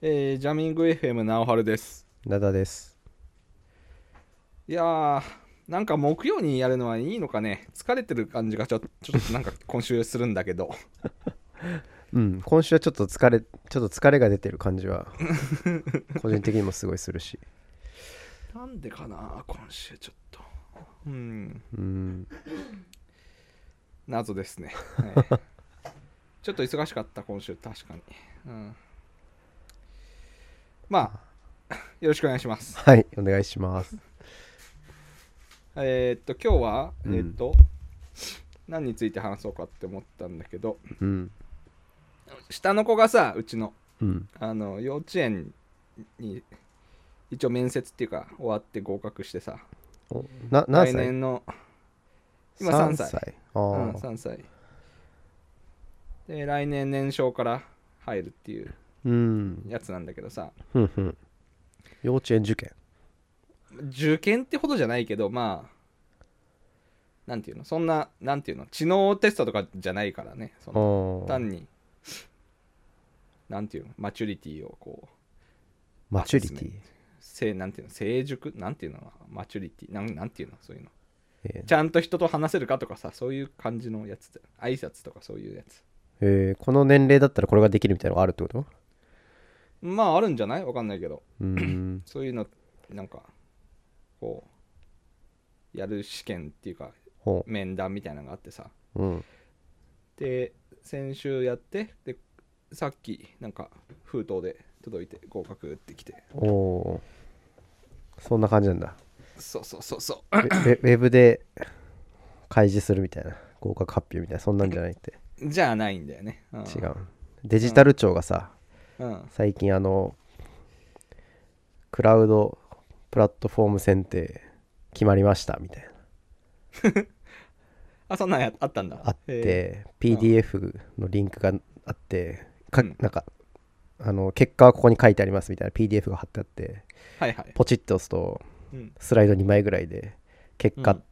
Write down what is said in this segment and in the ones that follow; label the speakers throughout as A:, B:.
A: えージャミング FM なおはるです
B: なだです
A: いやーなんか木曜にやるのはいいのかね疲れてる感じがちょ ちょっとなんか今週するんだけど
B: うん今週はちょっと疲れちょっと疲れが出てる感 じは個人的にもすごいするし
A: なんでかな今週ちょっとうん
B: うん
A: 謎ですね、 はいちょっと忙しかった今週確かに、うん、まあよろしくお願いします
B: はいお願いします
A: えーっと今日は、
B: うん
A: えーっと何について話そうかって思ったんだけど
B: うん
A: 下の子がさうちの
B: うん
A: あの幼稚園に一応面接っていうか終わって合格してさ
B: おな何
A: 来
B: 歳
A: 年の今3歳
B: あ
A: う
B: あ、
A: ん、3歳で来年年少から入るっていう
B: うん
A: やつなんだけどさ
B: ふんふん幼稚園受験
A: 受験ってほどじゃないけどまあなんていうのそんななんていうの知能テストとかじゃないからねその
B: ああ
A: 単になんていうのマチュリティをこう
B: マチュリティ、
A: せいなんていうの成熟なんていうのマチュリティなんなんていうのそういうの
B: え
A: ちゃんと人と話せるかとかさそういう感じのやつだ挨拶とかそういうやつ
B: ーえーこの年齢だったらこれができるみたいなのがあるってこと
A: まああるんじゃないわかんないけど
B: うん
A: そういうのなんかこうやる試験っていうか
B: ほ
A: 面談みたいなのがあってさ
B: ううん
A: で先週やってでさっきなんか封筒で届いて合格ってきて
B: おおーそんな感じなんだ
A: そうそうそうそう
B: ウェウェウェブで開示するみたいな合格発表みたいなそんなんじゃないって
A: じゃあないんだよね、うん、
B: 違うデジタル庁がさ
A: うん
B: 最近あのクラウドプラットフォーム選定決まりましたみたいな
A: あそんなんやあったんだ
B: あっ
A: へ
B: て PDF のリンクがあってか
A: うん
B: なんかあの結果はここに書いてありますみたいな PDF が貼ってあって
A: ーはいはい、
B: ポチッと押すと
A: うん、
B: スライド2枚ぐらいで結
A: う
B: 果
A: ん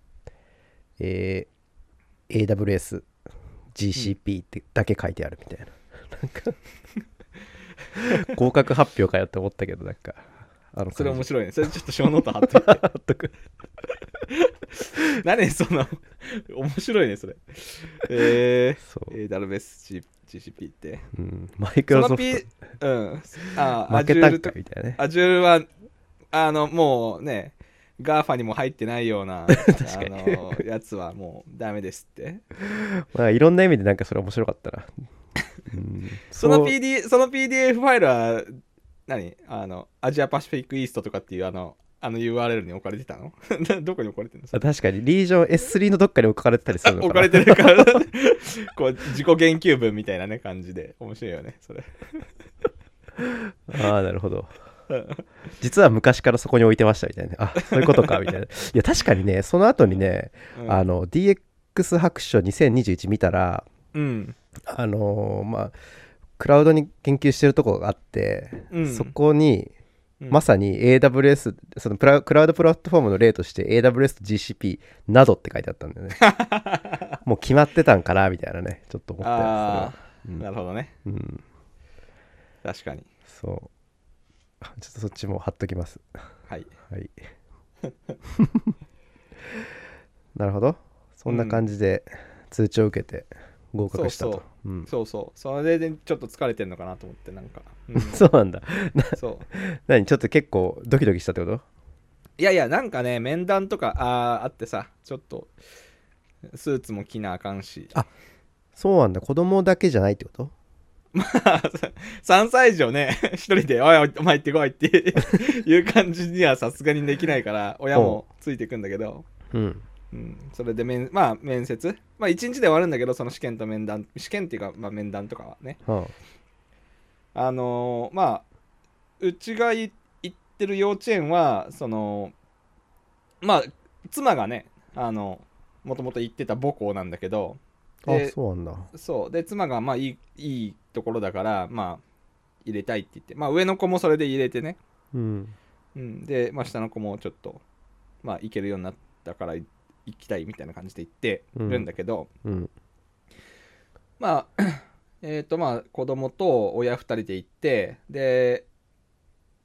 B: えー AWS、GCP ってだけ書いてあるみたいな。 なんか合格発表かよって思ったけど、なんか、あの
A: それ
B: 感
A: 面
B: じ
A: 白いね。それちょっと小ノート貼っといて。
B: 貼っとく
A: 何その、面白いね、それ。え
B: そ
A: ー、
B: う、
A: えー、ダルベス G- GCP って。
B: うん。マイク
A: そ
B: ロソ
A: の
B: フ
A: P、うん
B: ト、。
A: あー、
B: 負け
A: Azure
B: たん
A: と
B: かみたいなね。
A: Azure は、あの、もうね、GAFA にも入ってないよう な、あ
B: かに
A: の、やつはもうダメですって。
B: まあ、いろんな意味で、なんかそれ面白かったな。 うん、
A: その
B: う
A: PD、その PDF ファイルは、何あの、アジアパシフィックイーストとかっていうあの、あの URL に置かれてたの どこに置かれてるの
B: あ確かに、リージョン S3 のどっかに置かれてたりするのかな
A: 置かれてるから こう自己言及文みたいなね感じで面白いよねそれ
B: ああなるほど実は昔からそこに置いてましたみたいなあそういうことかみたいないや確かにねその後にね、
A: うん
B: あの DX 白書2021見たら
A: うん
B: あのーまあクラウドに研究してるところがあって、
A: うん
B: そこに
A: うん
B: まさに AWS、そのプラクラウドプラットフォームの例として AWS と GCP などって書いてあったん だよねもう決まってたんかなみたいなねちょっと思ったよそ
A: あ
B: れは
A: あ、なるほどね
B: うん
A: 確かに
B: そうあちょっとそっちも貼っときます
A: はい
B: はい。なるほど。そんな感じで通知を受けて合格した
A: そう
B: と。うん
A: そうそうそれでちょっと疲れてんのかなと思ってなんか、 うん
B: そうなんだ。
A: そう
B: 何ちょっと結構ドキドキしたってこと
A: いやいやなんかね面談とかあーあってさちょっとスーツも着なあかんし
B: あそうなんだ。子供だけじゃないってこと
A: 3歳以上ね一人で「おいおいお前行ってこい」っていう感じにはさすがにできないから親もついてくんだけど
B: うん。
A: うん、それで面まあ面接まあ一日で終わるんだけどその試験と面談試験っていうか、まあ、面談とかはね
B: は
A: あのーまあうちがい行ってる幼稚園はそのまあ妻がねあのもともと行ってた母校なんだけど
B: あ。あ
A: で、
B: そうなんだ。
A: そうで妻がまあいいいいところだからまあ入れたいって言ってまあ上の子もそれで入れてね、
B: うん。
A: うん、で、まあ、下の子もちょっとまあ行けるようになったからい行きたいみたいな感じで行ってるんだけど、
B: うん。
A: まあえっ、とまあ子供と親2人で行ってで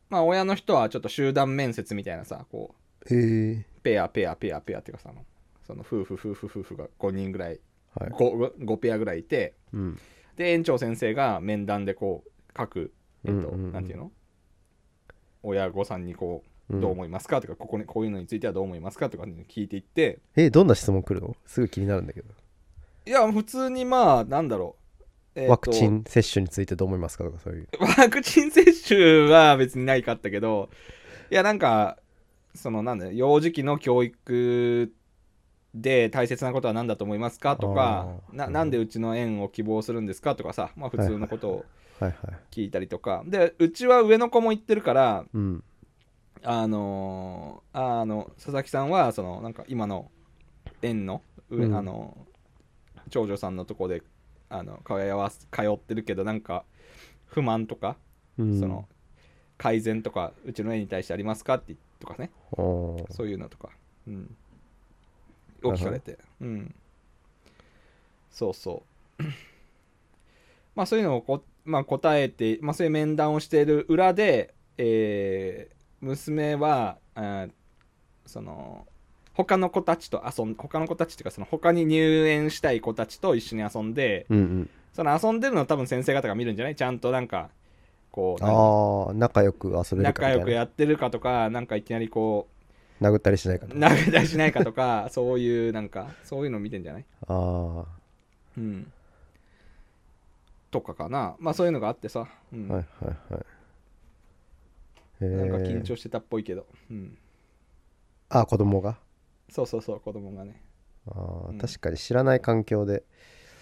A: まあ親の人はちょっと集団面接みたいなさこ
B: へえ
A: うペアペアペアペアっていうかさあのその夫婦夫婦夫婦が5人ぐらい
B: はい、
A: 5, 5ペアぐらいいて
B: うん、
A: で園長先生が面談でこう各えっと、
B: うんうんうん
A: なんていうの親御さんにこう
B: うん
A: どう思いますか、とかここにこういうのについてはどう思いますかとか聞いていって
B: えどんな質問来るのすごい気になるんだけど、
A: いや普通にまあなんだろう、えっと
B: ワクチン接種についてどう思いますかとかそういう
A: ワクチン接種は別にないかったけどいやなんかそのなんだよ幼児期の教育で大切なことは何だと思いますかとか
B: あー
A: な
B: うん
A: なんでうちの園を希望するんですかとかさ、まあ、普通のことを
B: はいはい
A: 聞いたりとか、でうちは上の子も行ってるから
B: うん
A: あのーあの佐々木さんはそのなんか今の園の上、
B: うん
A: あの長女さんのとこであの通わす通ってるけどなんか不満とか
B: うん
A: その改善とかうちの絵に対してありますかってとかね
B: あー
A: そういうのとか、うん、
B: ほ
A: を
B: ど
A: 聞かれて、うん、そうそう まあそういうのをこ、まあ、答えて、まあ、そういう面談をしている裏で、えー娘はあーその他の子たちと遊ん他の子たちっていうかその他に入園したい子たちと一緒に遊んで
B: うんうん
A: その遊んでるのを多分先生方が見るんじゃないちゃんとなんかこうなんか
B: ああ仲良く遊べるか
A: 仲
B: み
A: 良
B: た
A: く
B: いな
A: やってるかとかなんかいきなりこ
B: 殴ったりしないか
A: う
B: とか
A: 殴り出しないかとか そういうなんかそういうの見てんじゃない
B: あ
A: うんとかかなまあそういうのがあってさ、うん
B: あはいはいはいへえ
A: なんか緊張してたっぽいけど、うん、
B: あ子供が
A: そうそうそう子供がね、
B: あー、
A: うん
B: 確かに知らない環境で、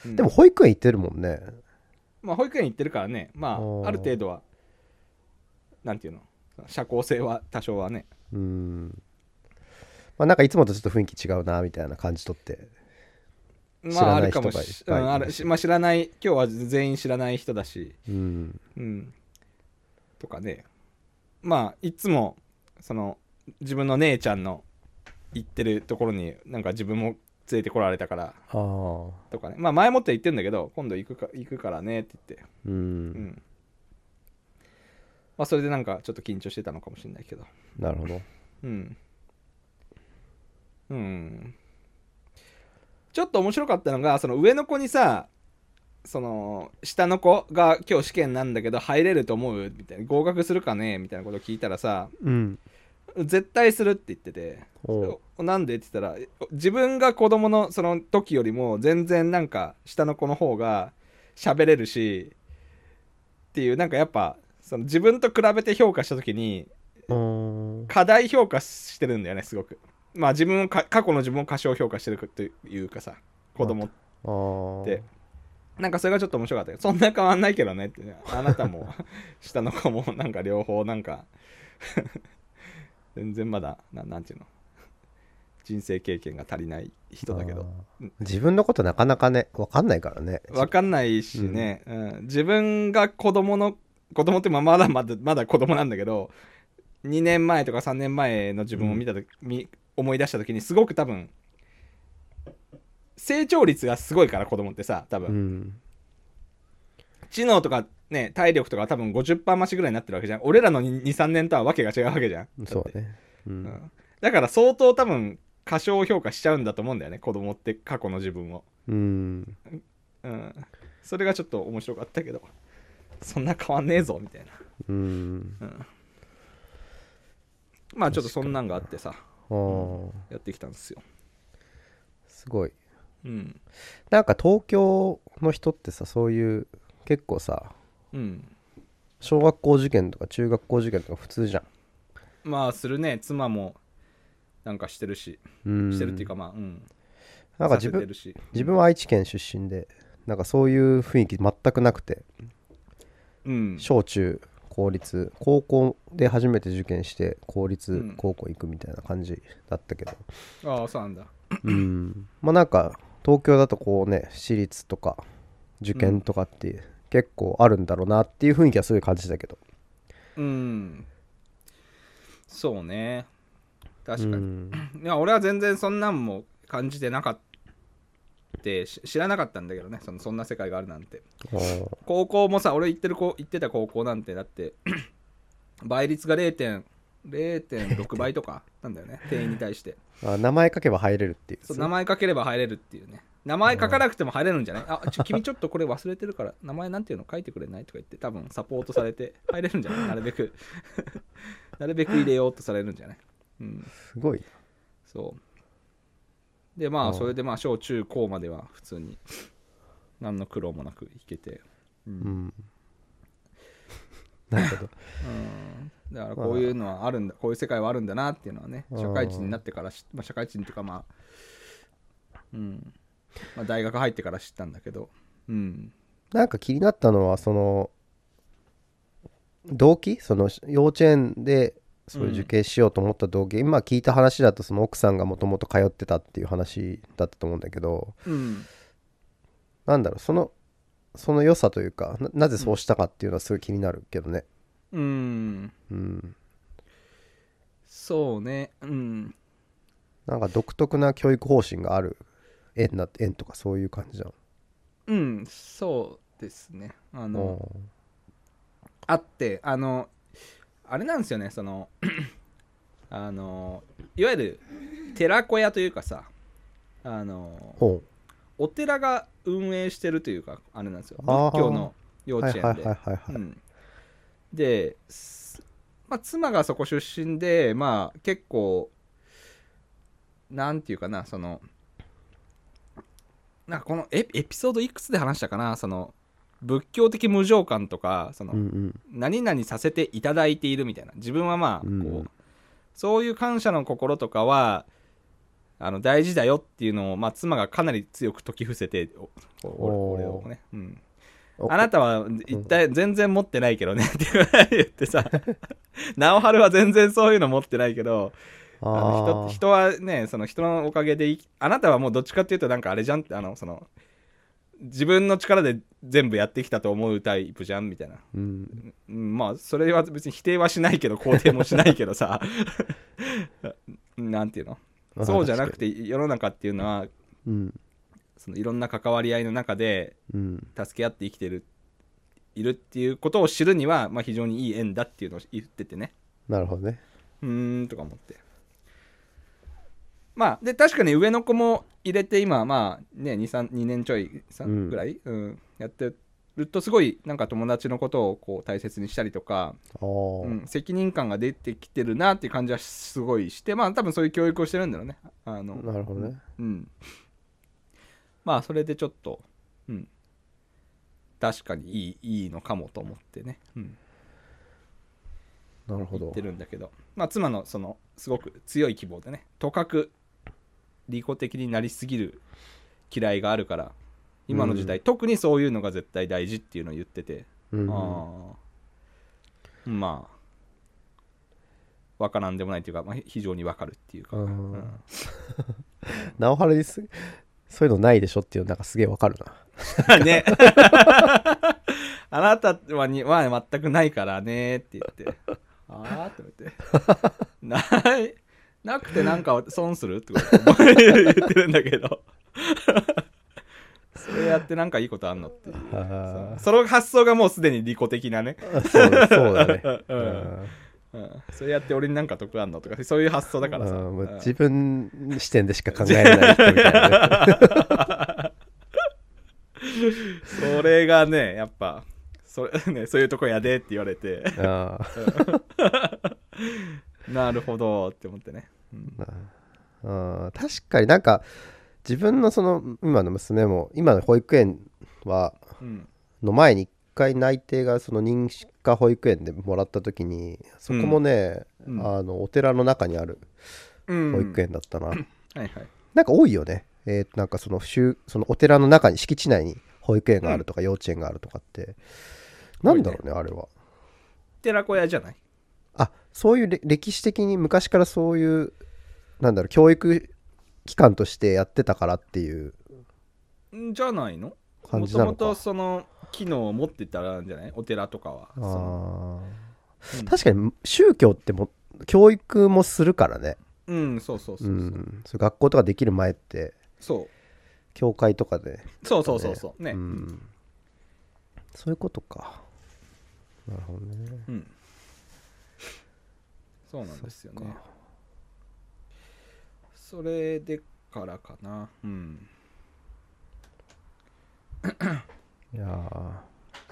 A: うん
B: でも保育園行ってるもんね
A: まあ保育園行ってるからねま
B: お
A: あ
B: ー
A: ある程度はなんていうの社交性は多少はね
B: うんまあなんかいつもとちょっと雰囲気違うなみたいな感じ取って知
A: まあ
B: ら
A: あ
B: ない
A: るか
B: 人
A: も
B: がいっぱい
A: し、うん、あるしまあ知らない今日は全員知らない人だし
B: うん
A: うん、とかねまあいつもその自分の姉ちゃんの行ってるところになんか自分も連れてこられたから
B: ああ
A: とかねまあ前もって言ってんだけど今度行くか行くからねって言って
B: う
A: うんんまあそれでなんかちょっと緊張してたのかもしれないけど
B: なるほど
A: うんうんちょっと面白かったのがその上の子にさその下の子が今日試験なんだけど入れると思うみたいな合格するかねみたいなこと聞いたらさ
B: うん
A: 絶対するって言ってて
B: おう
A: なんでって言ったら自分が子供のその時よりも全然なんか下の子の方が喋れるしっていうなんかやっぱその自分と比べて評価した時に
B: うん
A: 過大評価してるんだよねすごくまあ自分をか過去の自分を過小評価してるというかさ子供っ
B: あー
A: てなんかそれがちょっと面白かったよそんな変わんないけどねってあなたも下の子もなんか両方なんか全然まだななんていうの人生経験が足りない人だけど
B: あー自分のことなかなかね分かんないからね
A: わかんないしね、うん自分が子供の子供ってまあまだまだまだ子供なんだけど2年前とか3年前の自分を見た時、み思い出した時にすごく多分成長率がすごいから子供ってさ多分、
B: うん
A: 知能とかね体力とか多分50%増しぐらいになってるわけじゃん俺らの23年とはわけが違うわけじゃん
B: そ
A: だっ
B: う
A: て
B: ねう
A: うんんだから相当多分過小評価しちゃうんだと思うんだよね子供って過去の自分を
B: うん
A: うん、それがちょっと面白かったけどそんな変わんねえぞみたいな、
B: うん
A: うん、まあちょっとそんなんがあってさ
B: あー
A: やってきたんですよ、
B: すごい
A: うん
B: なんか東京の人ってさそういう結構さ
A: うん、
B: 小学校受験とか中学校受験とか普通じゃん
A: まあするね妻もなんかしてるし
B: うん
A: してるっていうかまあうん
B: なんか自
A: させて
B: 分
A: るし
B: 自分は愛知県出身でなんかそういう雰囲気全くなくて
A: うん
B: 小中公立高校で初めて受験して公
A: う
B: 立
A: ん
B: 高校行くみたいな感じだったけど
A: ああそうなんだ
B: うんまあなんか東京だとこうね私立とか受験とかって結構あるんだろうなっていう雰囲気はすごい感じたけど
A: うんそうね確かに、
B: うん
A: いや俺は全然そんなんも感じてなかったし知らなかったんだけどねそのそんな世界があるなんて
B: あー
A: 高校もさ俺行ってる子行ってた高校なんてだって 倍率が0.0 0.6倍とかなんだよね定員に対して
B: あ名前書けば入れるっていう
A: そう名前書ければ入れるっていうね名前書かなくても入れるんじゃないあちょ君ちょっとこれ忘れてるから名前なんていうの書いてくれないとか言って多分サポートされて入れるんじゃないなるべく なるべく入れようとされるんじゃない、うん、
B: すごい
A: そうでま
B: う
A: あ
B: ん
A: それでまあ小中高までは普通に何の苦労もなくいけてうん
B: うん なるほど
A: うんだからこういうのはあるんだこういう世界はあるんだなっていうのはね
B: うん
A: 社会人になってからし、まあ、社会人っていうかまあうん、まあ、大学入ってから知ったんだけどうん
B: なんか気になったのはその動機その幼稚園でそういう受験しようと思った動機、今聞いた話だとその奥さんがもともと通ってたっていう話だったと思うんだけど
A: うん
B: なんだろうそのその良さというかななぜそうしたかっていうのはすごい気になるけどね
A: うん
B: うん
A: そうねうん
B: なんか独特な教育方針がある園な園とかそういう感じじゃん
A: うんそうですねあの、
B: うん
A: あってあのあれなんですよねそのあのいわゆる寺小屋というかさあの
B: ほう
A: お寺が運営してるというかあれなんですよ
B: あー
A: 仏教の幼
B: は
A: 稚
B: いは
A: 園で
B: いはいはいはい、
A: うんですまあ、妻がそこ出身でまあ結構なんていうかなそのなんかこのエエピソードいくつで話したかなその仏教的無常観とかその、
B: うんうん
A: 何々させていただいているみたいな自分はまあこう、
B: うん
A: そういう感謝の心とかはあの大事だよっていうのを、まあ、妻がかなり強く説き伏せておお
B: おー
A: 俺をね、うん、
B: お
A: あなたは一体全然持ってないけどねって言ってさ 直春は全然そういうの持ってないけどあの
B: あ
A: 人人はねその人のおかげで生きあなたはもうどっちかっていうとなんかあれじゃんってあのその自分の力で全部やってきたと思うタイプじゃんみたいな
B: ーうん
A: うんまあそれは別に否定はしないけど肯定もしないけどさ なんていうの
B: まあ
A: そうじゃなくて世の中っていうのは
B: うん
A: そのいろんな関わり合いの中で
B: うん
A: 助け合って生きてるいるっていうことを知るには、まあ、非常にいい縁だっていうのを言っててね
B: なるほどね
A: うーんとか思ってまあで確かに上の子も入れて今まあね 2, 3 2年ちょい
B: うん
A: 3ぐらい、うんやってるとすごいなんか友達のことをこう大切にしたりとか
B: あー
A: うん、責任感が出てきてるなっていう感じはすごいしてまあ多分そういう教育をしてるんだろうねあの
B: なるほどね
A: うんまあそれでちょっとうん確かにいいいいのかもと思ってね、うん、
B: なるほ
A: 言っ
B: ど
A: てるんだけどまあ妻のそのすごく強い希望でねとかく利己的になりすぎる嫌いがあるから今の時代、特にそういうのが絶対大事っていうのを言ってて
B: うんうん
A: ああまあわからんでもないというか、まあ、ひ非常にわかるっていうか、
B: うん
A: うん
B: なおはらですそういうのないでしょっていうのなんかすげえわかるな
A: ね あなたはには全くないからねって言ってああって 思ってないなくてなんか損するってこと言ってるんだけど それやってなんかいいことあんのっていう
B: あ
A: その発想がもうすでに利己的なね
B: ーそうだそうだね
A: うんうん、それやって俺になんか得あんのとかそういう発想だからさ、
B: うんもう
A: うん
B: 自分視点でしか考えられない人みたいなね
A: それがねやっぱそれ、 ね、そういうとこやでって言われて
B: あー
A: なるほどって思ってね、うん
B: あー確かになんか自分のその今の娘も今の保育園は
A: うん
B: の前に一回内定がその認可保育園でもらった時にそこもね、
A: うん
B: あのお寺の中にある
A: うん、
B: 保育園だったな、
A: はいはい
B: なんか多いよね。えーなんかその州そのお寺の中に敷地内に保育園があるとか幼稚園があるとかって、
A: 多いね
B: なんだろうねあれは。
A: 寺子屋じゃない
B: あそういうれ歴史的に昔からそういうなんだろう教育機関としてやってたからっていうん
A: じゃないの
B: 感
A: も
B: じ
A: と
B: な
A: も
B: の
A: と
B: か。
A: その機能を持ってたらなんじゃないお寺とかは
B: あ
A: その
B: ー
A: うん
B: 確かに宗教っても教育もするからね。
A: うんそうそうそう
B: う
A: そう、
B: ん、そう学校とかできる前って
A: そう
B: 教会とかで、
A: そうそうそうそうね
B: う
A: うん
B: ん、そういうことか。なるほどね。
A: うんそうなんですよ
B: そっ
A: ね
B: か
A: それでからかなうん
B: いやー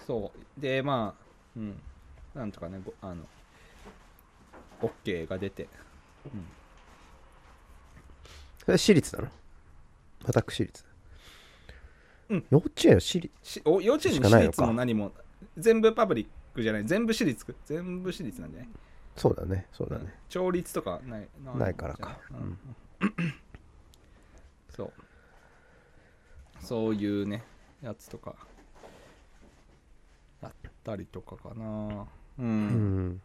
A: そうでまあうんなんとかねごあの OK が出て
B: それ私立なの私立
A: うん
B: 幼稚園は私立
A: しお幼稚園
B: し
A: に
B: か
A: 私
B: ないの
A: 立
B: か
A: も何も全部パブリックじゃない全部私立全部私立なんじゃない
B: そうだねそうだ
A: うん
B: ね、
A: 調律とかない
B: ないからか
A: じゃないうん そうそういうねやつとかやったりとかかなう、
B: うんん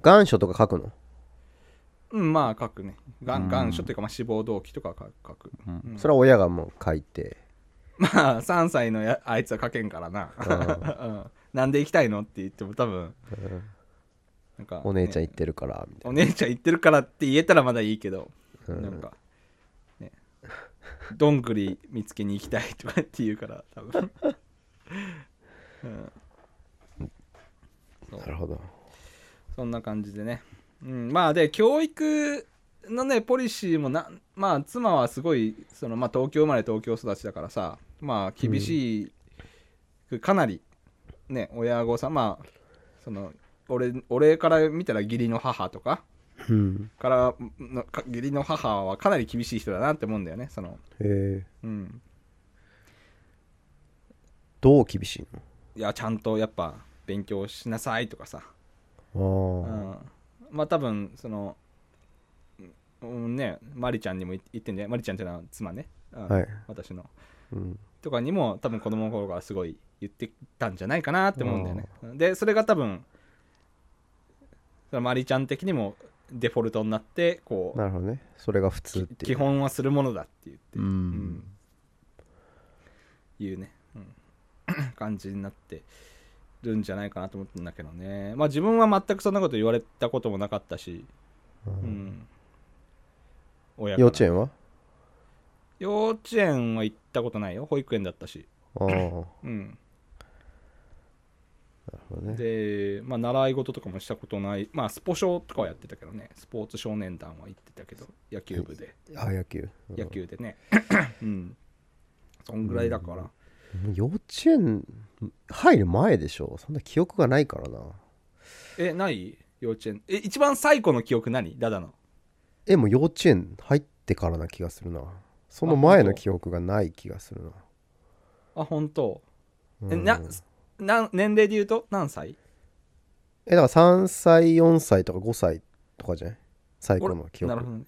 B: 願書とか書くの、
A: うん、まあ書くねが
B: うん
A: ん願書というか、まあ、志望動機とか書書く、 うん
B: それは親がもう書いて
A: まあ3歳のやあいつは書けんからな、 うん、なんで行きたいのって言っても多分
B: うん
A: なんか、
B: お姉ちゃん
A: ね
B: 行ってるからみたい
A: お姉ちゃん行ってるからって言えたらまだいいけど
B: な、うん
A: なんか、ね、どんぐり見つけに行きたいとかって言うから、多分。うん、
B: なるほど
A: そんな感じでね。うん、まあ、で、教育のね、ポリシーもな、まあ、妻はすごい、その、まあ、東京生まれ、東京育ちだからさ、まあ、厳しく、かなり、ね、親御さん、まあ、その、俺、俺から見たら義理の母とか、
B: うん
A: からのか義理の母はかなり厳しい人だなって思うんだよねその
B: へえ
A: うん
B: どう厳しい
A: いやちゃんとやっぱ勉強しなさいとかさ、う
B: のああ、
A: ん、まあ多分そのうんねマリちゃんにも言言ってんじゃないマリちゃんっていうのは妻ね、うん
B: はい
A: 私の
B: うん、
A: とかにも多分子供の頃からすごい言ってたんじゃないかなって思うんだよねでそれが多分そのマリちゃん的にもデフォルトになってこう
B: なるほどねそれが普通っ
A: き
B: ていう
A: 基本はするものだって言って
B: うん
A: うんいうね、うん 感じになってるんじゃないかなと思ってんだけどねまあ自分は全くそんなこと言われたこともなかったし、
B: う
A: うんん親から
B: 幼稚園は
A: 幼稚園は行ったことないよ保育園だったし、
B: ああなる
A: うん、
B: ほどね
A: で、まあ、習い事とかもしたことないまあスポ少とかはやってたけどねスポーツ少年団は行ってたけど野球部で
B: あ野球うん
A: 野球で ねうんそんぐらいだから、
B: もう幼稚園入る前でしょそんな記憶がないからな
A: えない幼稚園え一番最古の記憶何ダダの
B: えもう幼稚園入ってからな気がするなその前の記憶がない気がするな
A: あ本当。え
B: うん
A: なな年齢で言うと何歳
B: えだから3歳4歳とか5歳とかじゃない最高
A: 俺
B: の記憶
A: なるほどね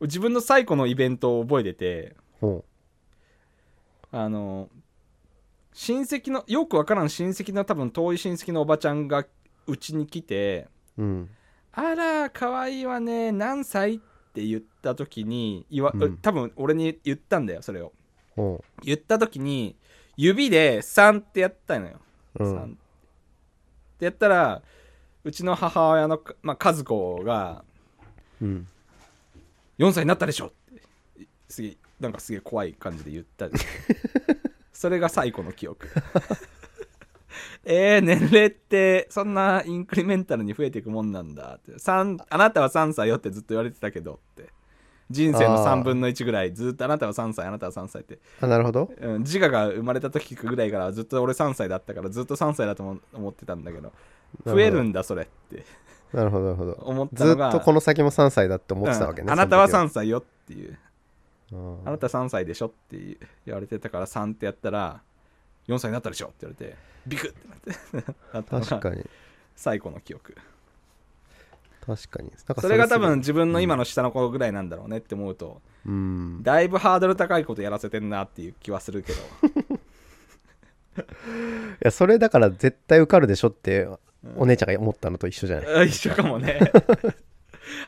A: 俺自分の最古のイベントを覚えてて
B: ほ
A: あの親戚のよくわからん親戚の多分遠い親戚のおばちゃんがうちに来て
B: ううん
A: 「あら可愛いわね何歳?」って言った時に言わ、
B: うん
A: 多分俺に言ったんだよそれを
B: ほ
A: 言った時に指で「3」ってやったのよ
B: うう
A: さん
B: ん
A: ってやったらうちの母親の、まあ、和子が
B: うん
A: 4歳になったでしょってすげえなんかすげえ怖い感じで言ったんですそれが最古の記憶 えー、年齢ってそんなインクリメンタルに増えていくもんなんだって三あなたは3歳よってずっと言われてたけどって人生の
B: あー
A: 3分の1ぐらいずっとあなたは3歳あなたは3歳って、
B: あなるほど
A: うん、自我が生まれた時ぐらいからずっと俺3歳だったからずっと3歳だと思思ってたんだけど増えるんだそれって
B: なるほどなるほど
A: 思った
B: ず
A: の
B: っ
A: が
B: とこの先も3歳だって思ってたわけね、
A: うんあなたは
B: その
A: 3歳よっていう
B: 時はうん
A: あなた3歳でしょっていう言われてたから3ってやったら4歳になったでしょって言われてビクってなってなったの
B: 確
A: が
B: かに
A: 最古の記憶
B: 確かになんか
A: それが多分
B: す
A: 自分の今の下の子ぐらいなんだろうねって思うと
B: ごいうん
A: だいぶハードル高いことやらせてんなっていう気はするけど
B: いやそれだから絶対受かるでしょってお姉ちゃんが思ったのと一緒じゃない、
A: あ 一緒かもね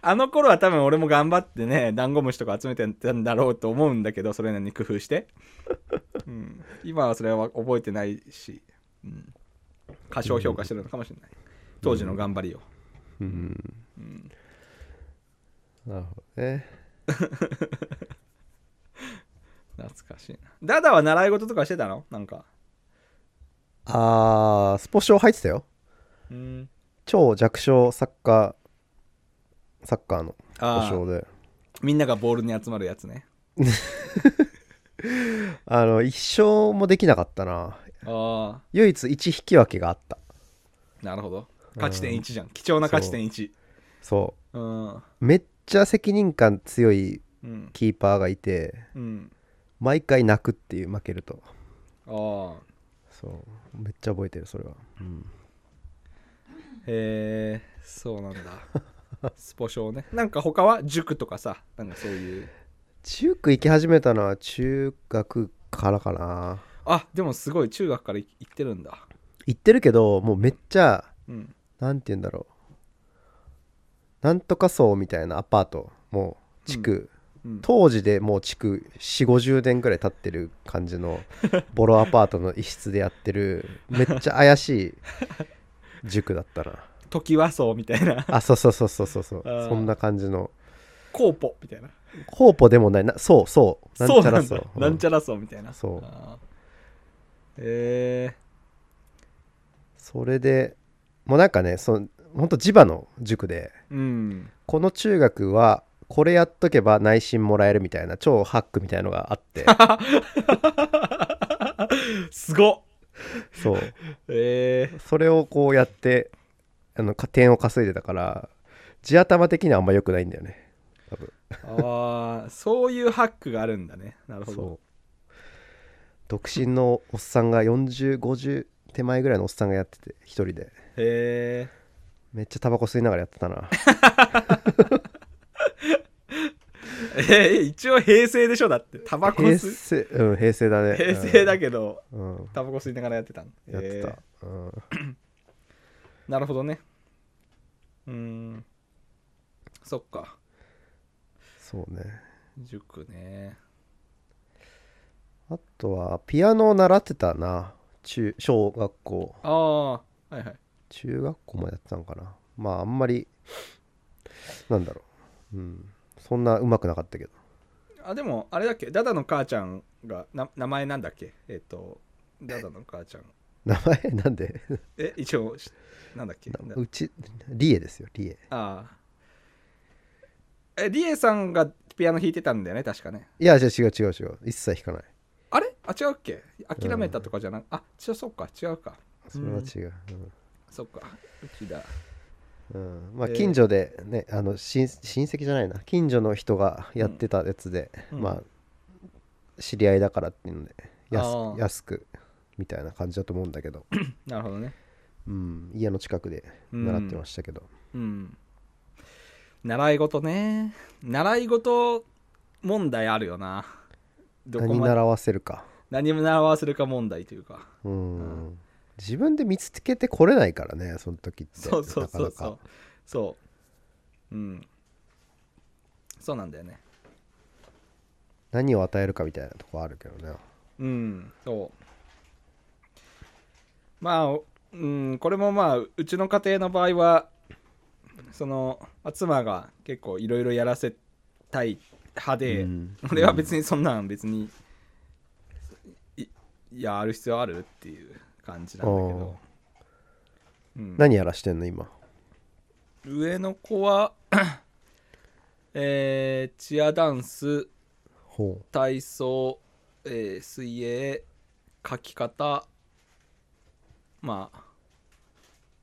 A: あの頃は多分俺も頑張ってねダンゴムシとか集めてたんだろうと思うんだけどそれなりに工夫して、うん、今はそれは覚えてないし、うん、過小評価してるのかもしれない当時の頑張りを、
B: うんなるほどね
A: 懐かしいなダダは習い事とかしてたのなんか
B: あースポ少入ってたよ
A: うん
B: ち超弱小サッカーサッカーの故
A: ああ
B: 障で
A: みんながボールに集まるやつね
B: あの一勝もできなかったな
A: あ
B: 唯一1引き分けがあった
A: あなるほど勝ち点1じゃん貴重な勝ち点1
B: そ
A: うん
B: うめっちゃ責任感強い
A: うん
B: キーパーがいて
A: うん
B: 毎回泣くっていう負けると
A: ああ
B: そうめっちゃ覚えてるそれは、うん、
A: へえそうなんだ スポ少ねなんか他は塾とかさなんかそういう
B: 中学行き始めたのは中学からかな
A: あでもすごい中学からい行ってるんだ
B: 行ってるけどもうめっちゃ
A: うん
B: なんて言うんだろうなんとか層みたいなアパートもう地区、
A: うん
B: 当時でもう築4 5 0年ぐらい経ってる感じの ボロアパートの一室でやってるめっちゃ怪 しい塾だったな
A: 時和荘みたいな
B: あそうそうそうそうそうそう
A: あー
B: そんな感じの
A: コーポみたいな
B: コーポでもないなそうそう
A: そうなんだ
B: う
A: なんちゃら荘みたいな
B: そう
A: あーへえ
B: それでもうなんかねそのほんと地場の塾で
A: うん
B: この中学はこれやっとけば内心もらえるみたいな超ハックみたいのがあって
A: すごっ
B: そう
A: え
B: それをこうやってあのか点を稼いでたから地頭的にはあんま良くないんだよね多分
A: ー、ああそういうハックがあるんだねなるほど
B: 独身のおっさんが4050手前ぐらいのおっさんがやってて一人で
A: へえ
B: めっちゃタバコ吸いながらやってたな
A: えー一応平成でしょだってタバコ
B: 平
A: 吸う
B: 成うん平成だね
A: 平成だ
B: け
A: けど
B: うん、うん
A: タバコ吸いながらやってたん
B: やって
A: え
B: た、うん、
A: ーなるほどねうーんそっか
B: そうね
A: 塾ね
B: あとはピアノを習ってたな中小学校
A: ああはいはい
B: 中学校までやってたのかなまああんまりなんだろう、うん、そんなうまくなかったけど
A: あでもあれだっけダダの母ちゃんがな名前なんだっけえっ、とダダの母ちゃん
B: 名前 なんで
A: え一応しなんだっけ
B: うちリエですよリエ
A: ああえリエさんがピアノ弾いてたんだよね確かね
B: いやじゃあ違う違う違う一切弾かない
A: あれあ違うっけ諦めたとかじゃなく、あちょそっか違うか
B: それは違う、うん
A: そっかうちだ
B: うんまあ、
A: えー
B: 近所でね、あの親親戚じゃないな近所の人がやってたやつで、
A: うん
B: まあ知り合いだからっていうので
A: あ
B: 安
A: ー
B: 安くみたいな感じだと思うんだけど、
A: なるほどね
B: うん、家の近くで習ってましたけど、
A: うん習い事ね習い事問題あるよなどこ
B: 何
A: まで
B: 習わせるか
A: 何も習わせるか問題というか
B: うん、自分で見つけてこれないからねその時って
A: そうそうそうそ
B: な
A: うそううんそうなんだよね
B: 何を与えるかみたいなとこあるけどね
A: うんそうまあおうんこれもまあううちの家庭の場合はそのまあ妻が結構いろいろやらせたい派で、
B: うん
A: 俺は別にそんなん別にいやる必要あるっていう感じなんだけど、うん、
B: 何やらしてんの今
A: 上の子は えーチアダンス
B: ほ
A: 体操、えー水泳書き方まあ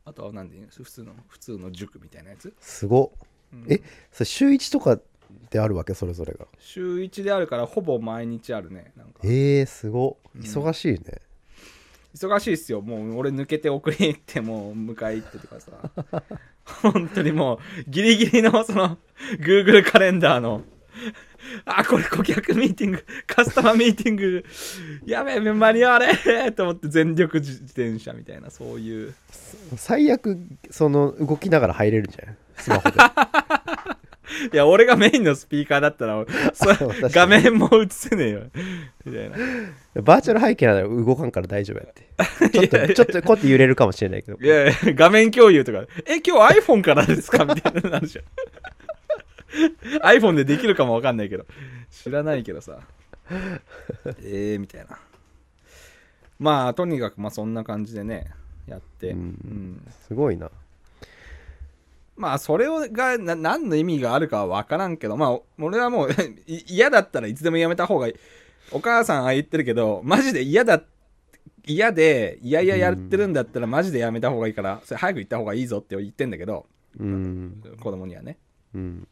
A: あとは何で言うの普通の普通の塾みたいなやつ、
B: うすごっ
A: うん
B: えそれ週1とかであるわけそれぞれが
A: 週1であるからほぼ毎日あるねなんか
B: えー、すごっ
A: うん
B: 忙しいね、
A: 忙しいっすよもう俺抜けて送りに行ってもう迎え行ってとかさ 本当にもうギリギリのその Google カレンダーのあこれ顧客ミーティングカスタマーミーティングやべえ間に合われえと思って全力自転車みたいなそういう
B: 最悪その動きながら入れるじゃんスマホで
A: いや俺がメインのスピーカーだった らそ
B: 確かに
A: 画面も映せねえよみたいな
B: バーチャル背景なら動かんから大丈夫や ってちょっとちょっとこうやって揺れるかもしれないけど
A: いやいや画面共有とか、え、今日 iPhone からですかみたいなのあるじゃん。iPhone でできるかもわかんないけど、知らないけどさ。えー、みたいな。まあ、とにかく、まあ、そんな感じでね、やって。
B: う
A: うんん。
B: すごいな
A: まあそれをがな何の意味があるかは分からんけどまあお俺はもう い嫌だったらいつでもやめた方がいいお母さんは言ってるけどマジで嫌だ嫌でいやいややってるんだったらマジでやめた方がいいからそれ早く行った方がいいぞって言ってんだけど
B: うん
A: 子供にはね
B: うん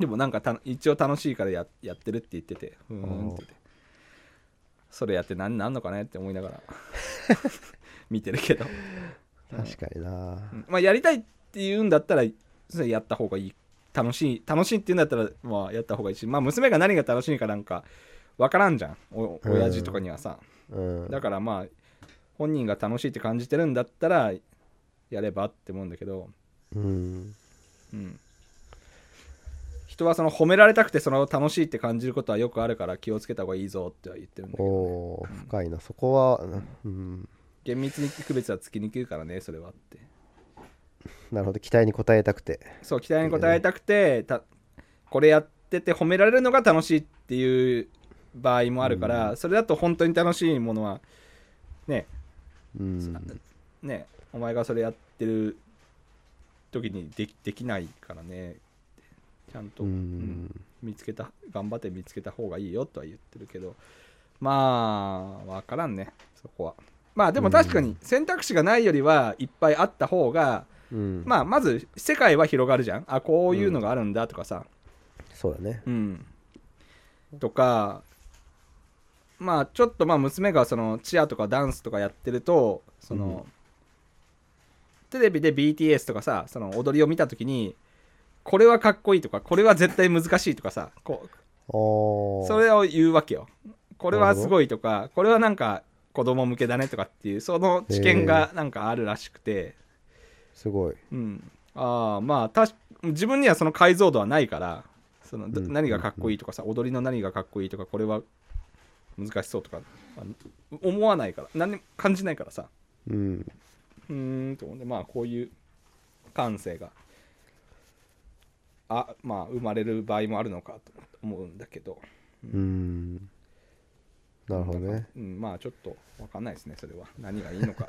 A: でもなんかた一応楽しいからややってるって言っててうーんって言ってそれやって何なんのかねって思いな がら見てるけど、
B: 確かにな
A: うんまあやりたいって言うんだったらそれやった方がいい楽しい楽しいって言うんだったらまあやった方がいいしまあ娘が何が楽しいかなんか分からんじゃんお
B: うん
A: 親父とかにはさ、
B: うん
A: だからまあ本人が楽しいって感じてるんだったらやればって思うんだけど、
B: うん
A: うん、人はその褒められたくてその楽しいって感じることはよくあるから気をつけた方がいいぞっては言ってるんだけ
B: お
A: ど
B: おー深いなそこはうん
A: 厳密に区別はつきにくいからねそれはって
B: なるほど期待に応えたくて
A: そう期待に応えたくてたこれやってて褒められるのが楽しいっていう場合もあるから、それだと本当に楽しいものはね
B: うん
A: ねお前がそれやってる時にできできないからねちゃんと、
B: う
A: うん
B: ん
A: 見つけた頑張って見つけた方がいいよとは言ってるけどまあ分からんねそこはまあでも確かに選択肢がないよりはいっぱいあった方が、
B: うん
A: まあまず世界は広がるじゃんあこういうのがあるんだとかさ
B: そうだね
A: うん、とかまあちょっとまあ娘がそのチアとかダンスとかやってるとその、テレビで BTS とかさその踊りを見た時にこれはかっこいいとかこれは絶対難しいとかさこう
B: おお
A: それを言うわけよこれはすごいとかこれはなんか子供向けだねとかっていうその知見がなんかあるらしくて、
B: すごい
A: うんああまあたし自分にはその解像度はないからそのど
B: うん
A: 何がかっこいいとかさ踊りの何がかっこいいとかこれは難しそうとかあの思わないから何にも感じないからさ
B: うん
A: うーんと思うんでまあこういう感性があまあ生まれる場合もあるのかと思うんだけど
B: うんなるほど
A: なん
B: ね
A: かうん、まあちょっと分かんないですねそれは何がいいの か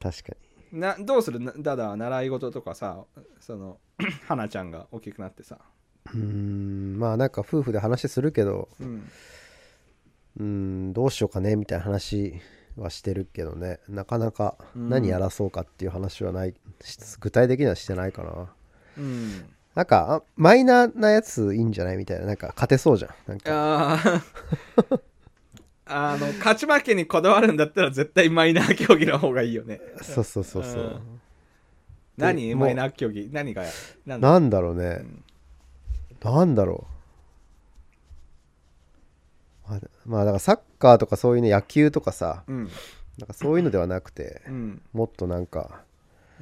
B: 確か
A: などうするなだだ習い事とかさその 花ちゃんが大きくなってさ、
B: にうんまあなんか夫婦で話するけど
A: うん、
B: うんどうしようかねみたいな話はしてるけどねなかなか
A: うん
B: 何やらそうかっていう話はない、し具体的にはしてないかな
A: うん、
B: なんかあマイナーなやついいんじゃないみたいななんか勝てそうじゃんなんか
A: あー あの勝ち負けにこだわるんだったら絶対マイナー競技の方がいいよね
B: そうそうそうそううん
A: 何
B: で
A: マイナー競技何が何だ
B: なんだろうね
A: ん
B: なんだろうまあまあだからサッカーとかそういうね野球とかさ
A: うん
B: なんかそういうのではなくて
A: うん
B: もっとなんか、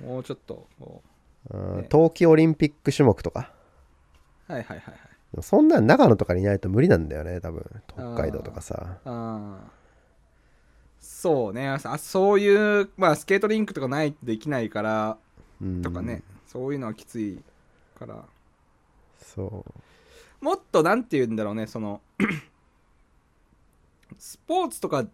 A: もうちょっとこ
B: うん
A: ね
B: 冬季オリンピック種目とか
A: うはいはいはいはい
B: でもそんなん長野とかにいないと無理なんだよね多分北海道とかさ
A: ああそうねあそういうまあスケートリンクとかないとできないから
B: うん
A: とかね、そういうのはきついから
B: そう
A: もっとなんて言うんだろうねその スポーツとか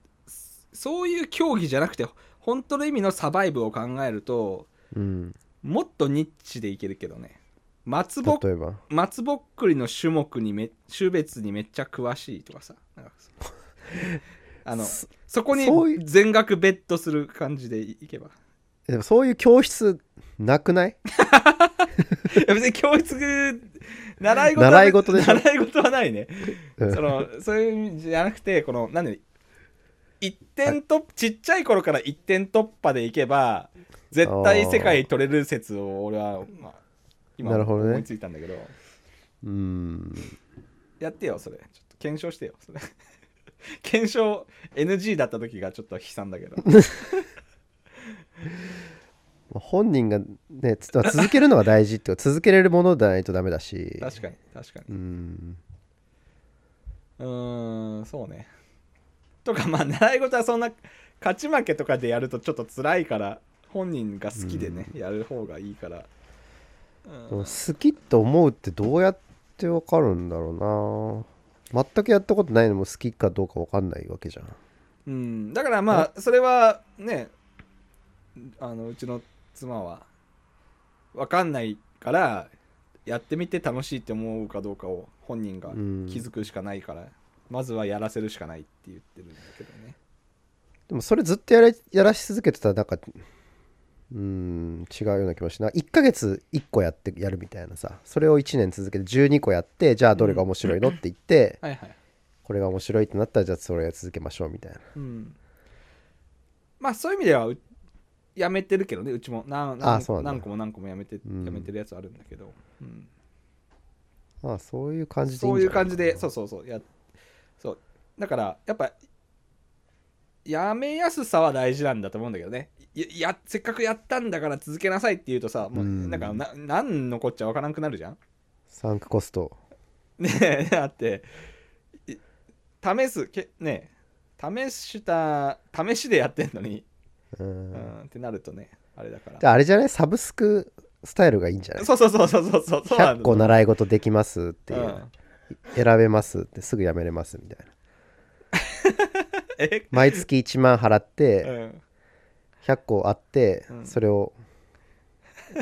A: そういう競技じゃなくて本当の意味のサバイブを考えると
B: うん
A: もっとニッチでいけるけどね松ぼ
B: 例えば
A: 松ぼっくりの種目にめ種別にめっちゃ詳しいとかさなん かそうあの
B: そ
A: そこに
B: そういう
A: 全額ベットする感じでいいけ ば
B: でもそういう教室なくない
A: いや別に教室習い事は
B: 習い事でし ょ
A: 習い事はないね
B: う ん
A: そのそういう意味じゃなくてこのなんで一点突破ちっちゃい頃から一点突破でいけば絶対世界取れる説を俺は、まあ、今
B: なるほどね
A: 思いついたんだけど
B: うん
A: やってよそれちょっと検証してよそれ 検証 NG だった時がちょっと悲惨だけ ど
B: 本人がねつま あ続けるのが大事ってこと続けれるものでないとダメだし
A: 確かに確かに
B: うん
A: うーんそうねとかまあ習い事はそんな勝ち負けとかでやるとちょっと辛いから本人が好きでね、やる方がいいから、うん
B: でも好きと思うってどうやってわかるんだろうな全くやったことないのも好きかどうかわかんないわけじゃん
A: うん、だからまあそれはねあのうちの妻は分かんないからやってみて楽しいって思うかどうかを本人が
B: うん
A: 気づくしかないから、まずはやらせるしかないって言ってるんだけどね
B: でもそれずっとやらやらし続けてたらなんかうん違うような気もしない1ヶ月1個やってやるみたいなさそれを1年続けて12個やってじゃあどれが面白いのって言って、
A: はいはい
B: これが面白いってなったらじゃあそれを続けましょうみたいな
A: うんまあそういう意味ではうやめてるけどねうちも何
B: あ
A: 何
B: そうなんだ
A: 何個も何個もやめて、
B: うん
A: やめてるやつあるんだけど、うん
B: まあそういう感じでい
A: そ
B: いん
A: うい
B: じ
A: う
B: ゃない
A: 感じでそうそうそうやそうだからやっぱやめやすさは大事なんだと思うんだけどねややせっかくやったんだから続けなさいって言うとさもう
B: うん
A: なんかな何のこっちゃわからんくなるじゃん
B: サンクコスト
A: ねえだってい試すけねえ試した試しでやってんのに、
B: うん
A: うん、ってなるとねあれだから
B: であれじゃないサブスクスタイルがいいんじゃない
A: そうそうそうそうそうそうそうなん
B: 100
A: だ
B: 個習い事できますっていう、
A: うん
B: 選べますってすぐやめれますみたいな
A: え
B: 毎月1万払って、
A: うん
B: 100個あって、
A: うん
B: それを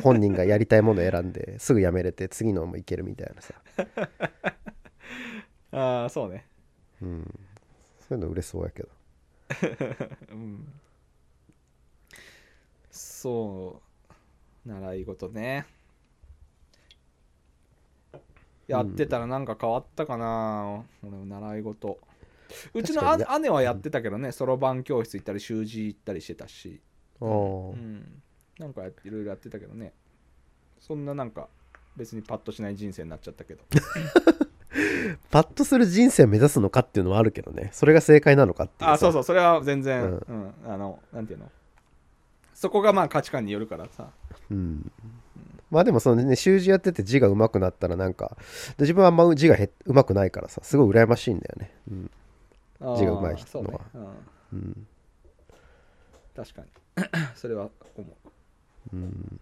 B: 本人がやりたいものを選んですぐやめれて次のもいけるみたいなさ、
A: ああそうね
B: うん、そういうの売れそうやけど
A: うんそう習い事ねやってたらなんか変わったかな、俺も習い事うちのあ
B: 確か
A: 姉はやってたけどねそろばん教室行ったり習字行ったりしてたし、う
B: おー
A: ん、なんかやいろいろやってたけどねそんななんか別にパッとしない人生になっちゃった けど
B: パッとする人生を目指すのかっていうのはあるけどねそれが正解なのかっていう
A: あそう
B: う
A: そうそれは全然、
B: う
A: うんんあのなんていうのそこがまあ価値観によるからさ
B: うん、まあでもそのね習字やってて字が上手くなったらなんかで自分はあんま字がへ上手くないからさすごい羨ましいんだよねうん、字が上手い人のは
A: あーそうねうん
B: うん
A: 確かに それは思う
B: うん、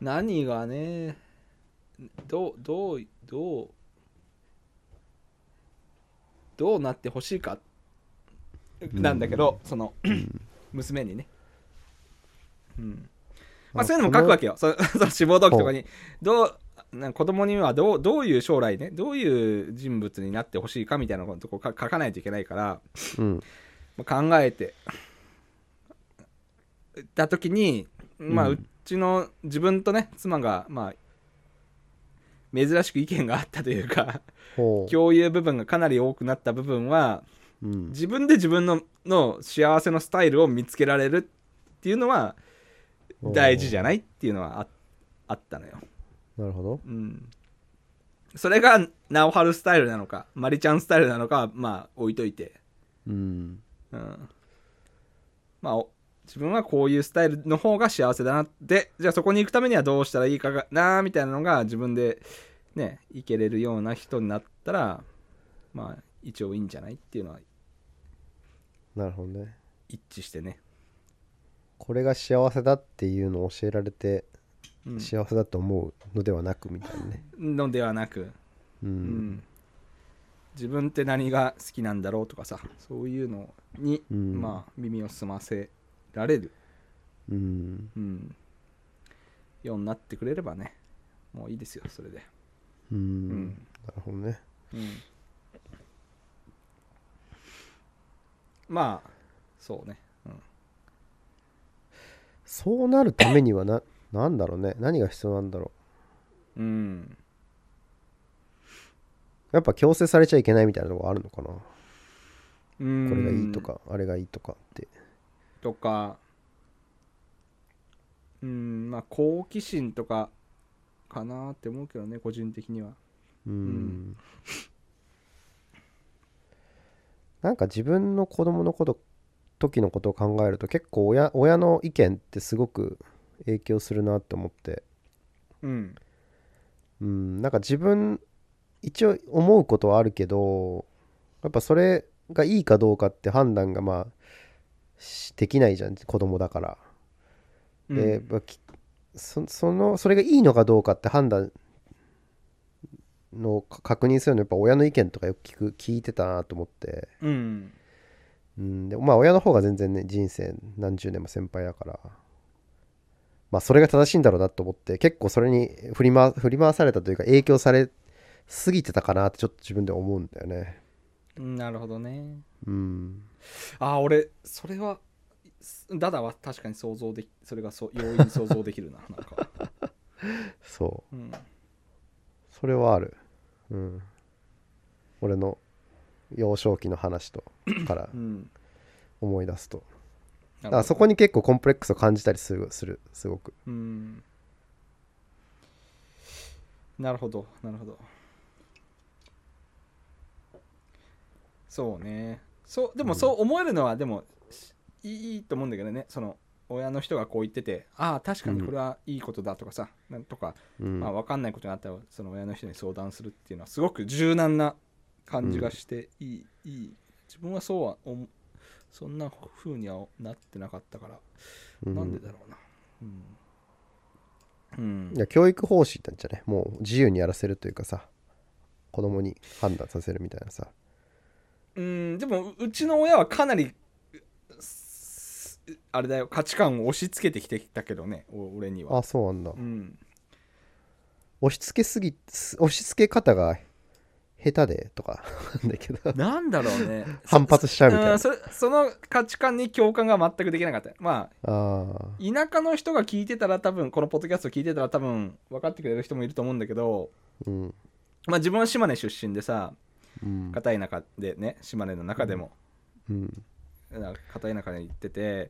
A: 何がねどうどうどうどうなってほしいかなんだけど、その 娘にねうんまあ、そういう のも書くわ
B: け
A: けよ。そその志望動機とかに。どうなんか子供にはどうどういう将来ね、どういう人物になってほしいかみたいなことを書かないといけないから、
B: うん
A: まあ考えてた時に、まあ、
B: うん
A: うちの自分とね妻がまあ珍しく意見があったという か
B: ほう
A: 共有部分がかなり多くなった部分は
B: うん
A: 自分で自分のの幸せのスタイルを見つけられるっていうのは大事じゃないっていうのはああったのよ、
B: なるほど
A: うん、それが直春スタイルなのかマリちゃんスタイルなのかはまあ置いといて
B: うん
A: うん、まあお自分はこういうスタイルの方が幸せだなってじゃあそこに行くためにはどうしたらいいかがなーみたいなのが自分でねいけれるような人になったらまあ一応いいんじゃないっていうのは
B: なるほどね
A: 一致してね、
B: これが幸せだっていうのを教えられて
A: うん
B: 幸せだと思うのではなくみたいなね、
A: のではなく、
B: う
A: うん
B: ん
A: 自分って何が好きなんだろうとかさそういうのに、
B: うん
A: まあ耳を澄ませられる、
B: うん
A: うん、ようになってくれればねもういいですよそれで。
B: うん、
A: ん
B: なるほどね
A: うん、まあそうね、うん、
B: そうなるためにはな 何だろうね何が必要なんだろ
A: うん、
B: うやっぱ強制されちゃいけないみたいなのがあるのかなこ
A: こ
B: れがいいとかあれがいいとかって
A: とかうんまあ好奇心とかかなって思うけどね個人的には
B: うん、
A: ん
B: なんか自分の子供のこと時のことを考えると結構親親の意見ってすごく影響するなって思って
A: うん
B: うん、なんか自分一応思うことはあるけどやっぱそれがいいかどうかって判断がまあしできないじゃん子供だから。で、
A: うん
B: まあきそそのそれがいいのかどうかって判断のか確認するのやっぱ親の意見とかよく聞く聞いてたなと思って、
A: うん
B: うん、でまあ親の方が全然ね人生何十年も先輩だからまあ、それが正しいんだろうなと思って結構それに振り,、ま、振り回されたというか影響されすぎてたかなってちょっと自分で思うんだよね
A: なるほどね
B: うん
A: ああ俺それはダダは確かに想像できそれがそう容易に想像できるななん か、
B: そ
A: うん、
B: うそれはあるうん俺の幼少期の話とから
A: うん、
B: 思い出すと
A: なるほど
B: あそこに結構コンプレックスを感じたりするするすごく
A: うんなるほどなるほどそうねそうでもそう思えるのはでもしいいいいと思うんだけどねその親の人がこう言っててああ確かにこれはいいことだとかさ、なんとか、
B: うん、
A: まあ、分かんないことがあったらその親の人に相談するっていうのはすごく柔軟な感じがしていい,、いい自分はそうはおもそんな風にはなってなかったから
B: うん
A: なんでだろうな。うん。うん
B: いや教育方針なんじゃねもう自由にやらせるというかさ子供に判断させるみたいなさ
A: うん、でもううちの親はかなりすあれだよ価値観を押し付けてきてたけどねお俺には
B: あそうなんだ
A: うん
B: 押し付けすぎす押し付け方が下手でとかなんだけど
A: なんだろうね
B: 反発しちゃうみたいな
A: うんそれその価値観に共感が全くできなかったまあ
B: ああ
A: 田舎の人が聞いてたら多分このポッドキャスト聞いてたら多分分かってくれる人もいると思うんだけど
B: うん
A: まあ自分は島根出身でさ
B: うん
A: 片田舎でね島根の中でも、
B: うん
A: なんか片田舎に行ってて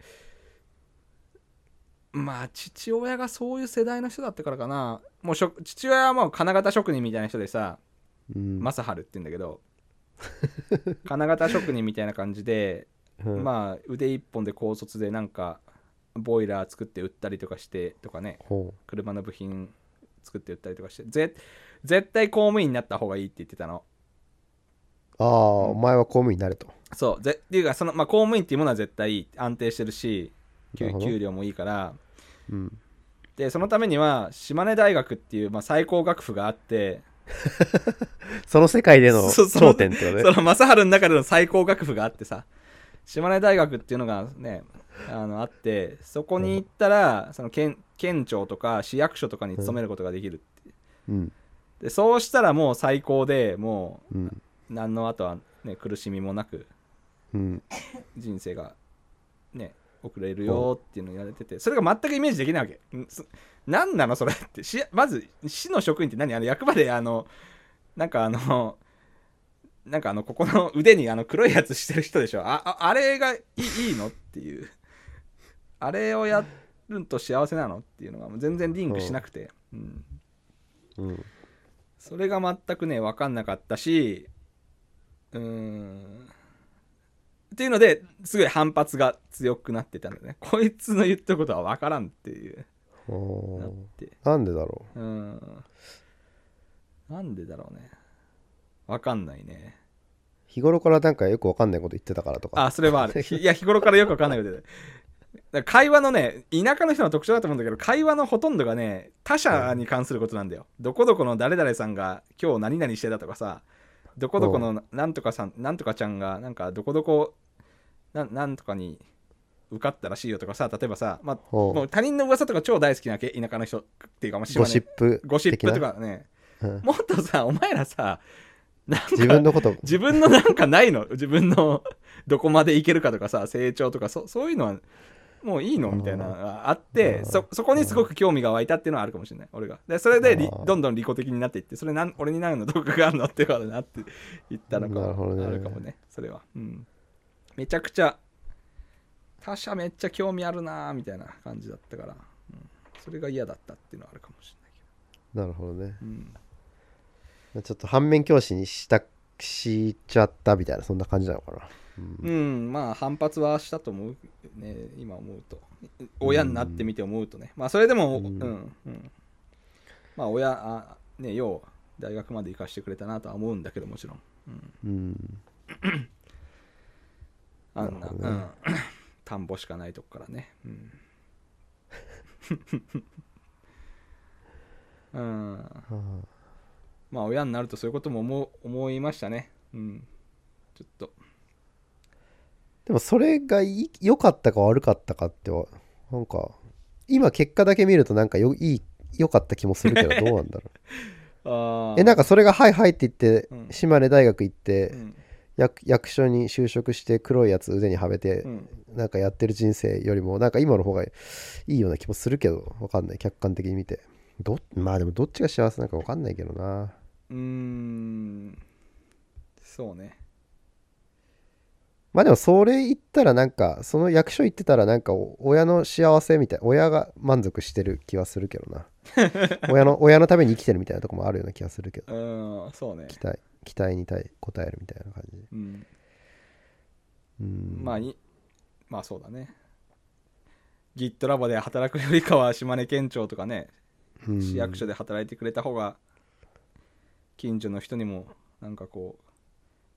A: まあ父親がそういう世代の人だったからかなもうしょ父親はもう金型職人みたいな人でさ
B: うん
A: 正治って言うんだけど金型職人みたいな感じで、
B: うん
A: まあ腕一本で高卒でなんかボイラー作って売ったりとかしてとかね
B: ほ
A: 車の部品作って売ったりとかしてぜ絶対公務員になった方がいいって言ってたの
B: うああお前は公務員になれと
A: そうぜっていうかその、まあ、公務員っていうものは絶対安定してるし給
B: なるほど
A: 給料もいいから
B: うん
A: でそのためには島根大学っていう、まあ、最高学府があって、
B: その世界での
A: そうその
B: 頂点ってこと
A: その
B: ね
A: 正治の中での最高学府があってさ島根大学っていうのがねあのあってそこに行ったらその県県庁とか市役所とかに勤めることができるって
B: うん
A: でそうしたらもう最高でも
B: うん
A: う何の後は、ね、苦しみもなく
B: うん
A: 人生がね遅れるよっていうのを言われててそれが全くイメージできないわけんす何なの それってしまず市の職員って何あの役場であのなんかあのなんかあのここの腕にあの黒いやつしてる人でしょあああれがいいいいのっていうあれをやると幸せなのっていうのがもう全然リンクしなくて、うん、
B: うん
A: それが全くね分かんなかったしうーんっていうのですごい反発が強くなってたんだよね こいつの言ったことは分からんっていう
B: お
A: なっ
B: ー
A: て
B: なんでだろ
A: うーんなんでだろうね分かんないね
B: う日頃からなんかよくわかんないこと言ってたからとか
A: あそれはあ るひいや日頃からよく分かんないことでだから会話のね田舎の人の特徴だと思うんだけど会話のほとんどがね他者に関することなんだよ、どこどこの誰々さんが今日何々してたとかさどこどこのななんとかさんなんとかちゃんがなんかどこどこななんとかに受かったらしいよとかさ例えばさ、まあ、
B: ほう
A: もう他人の噂とか超大好きなわけ田舎の人っていうかもし
B: ゴシップ
A: ゴシッ
B: 的
A: プ
B: な
A: とかね
B: うん
A: もっとさお前らさなんか
B: 自分のこと
A: 自分のなんかないの自分のどこまでいけるかとかさ成長とかそそういうのはもういいのみたいなのがあって
B: うん
A: そそこにすごく興味が湧いたっていうのはあるかもしれない俺がでそれでり
B: うん
A: どんどん利己的になっていってそれなん俺になるのどこがあるのってことになっていったのか
B: なるほどね
A: あるかもねそれは、うん、めちゃくちゃ他者めっちゃ興味あるなーみたいな感じだったから、うん、それが嫌だったっていうのはあるかもしれない
B: なるほど
A: け
B: ね
A: ど、うん、
B: ちょっと反面教師にしたしちゃったみたいなそんな感じなのかな、う
A: う
B: ん
A: ん、まあ反発はしたと思うね今思うと親になってみて思うとね、まあそれでも、
B: うん
A: うんうんまあ親あねよう大学まで行かしてくれたなとは思うんだけどもちろん、うん、
B: うん
A: あん
B: な
A: な
B: るほどね
A: うん、 田んぼしかないとこからねうん、 うん、
B: は
A: まあ親になるとそういうことも思う思いましたねうんちょっと
B: あでもそれがい良かったか悪かったかってはなんか今結果だけ見るとなんかよいい良かった気もするけどどうなんだろ
A: あ
B: うえなん
A: か、
B: かそれが「はいはい」って言って、
A: うん
B: 島根大学行っ
A: う
B: て、
A: ん
B: 役役所に就職して黒いやつ腕にはめて、
A: うん
B: なんかやってる人生よりもなんか今の方がいいような気もするけどわかんない客観的に見てどまあでもどっちが幸せなのかわかんないけどな
A: うーんそうね
B: まあでもそれ言ったらなんかその役所行ってたらなんかお親の幸せみたい親が満足してる気はする けどな親の親のために生きてるみたいなとこもあるような気がするけど
A: うーんそうね
B: 期待期待に対応えるみたいな感じ
A: うん
B: うん
A: まあいまあそうだね Git ラボで働くよりかは島根県庁とかね
B: うん
A: 市役所で働いてくれた方が近所の人にもなんかこう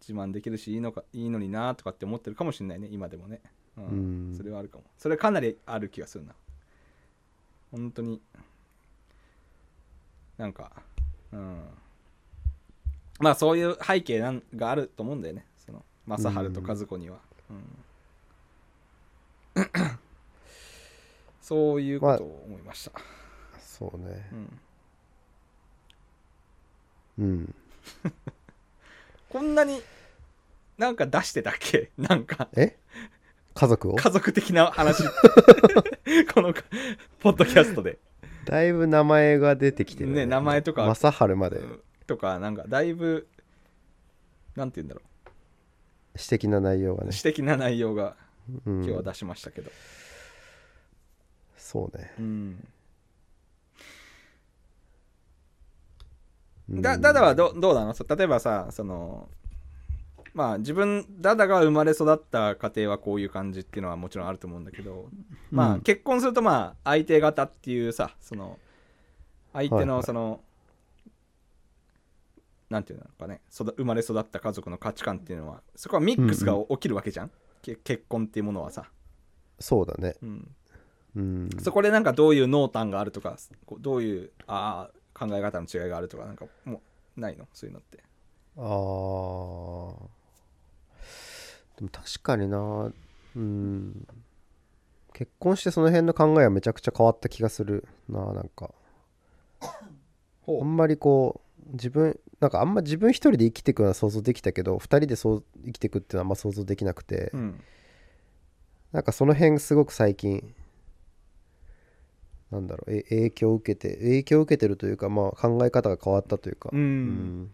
A: 自慢できるしいいのかいいのになとかって思ってるかもしれないね今でもね、うん
B: うん
A: それはあるかもそれかなりある気がするな本当になんかうんまあそういう背景なんがあると思うんだよねその正治と和子には、うん そういうことを思いました、
B: そうね
A: うん
B: うん
A: こんなになんか出してたっけ なんか
B: え家族を
A: 家族的な話 この ポッドキャストで
B: だいぶ名前が出てきてるよ
A: ね名前とか
B: 正治まで
A: とかなんかだいぶなんて言うんだろ
B: 私的な内容が
A: う
B: ね
A: 私的な内容が
B: うん
A: 今日は出しましたけど
B: そうね
A: うん
B: うん
A: だダダはどどうなのそ例えばさそのまあ自分ダダが生まれ育った家庭はこういう感じっていうのはもちろんあると思うんだけどま
B: う
A: あ
B: ん
A: 結婚するとまあ相手方っていうさその相手
B: はいは
A: の
B: い
A: その、なんていうのかね育生まれ育った家族の価値観っていうのはそこはミックスが起きるわけじゃん、け結婚っていうものはさ、
B: そうだね
A: うん、
B: うん
A: そこでなんかどういう濃淡があるとかこうどういうあー考え方の違いがあるとかなんかもうないのそういうのって
B: あーでも確かになうん結婚してその辺の考えはめちゃくちゃ変わった気がするななんか
A: ほう
B: あんまりこう自分なんかあんま自分一人で生きていくのは想像できたけど二人でそう生きていくっていうのはあんま想像できなくて、
A: うん
B: なんかその辺すごく最近なんだろうえ影響を受けて影響を受けてるというかまあ考え方が変わったというか、
A: うん
B: うん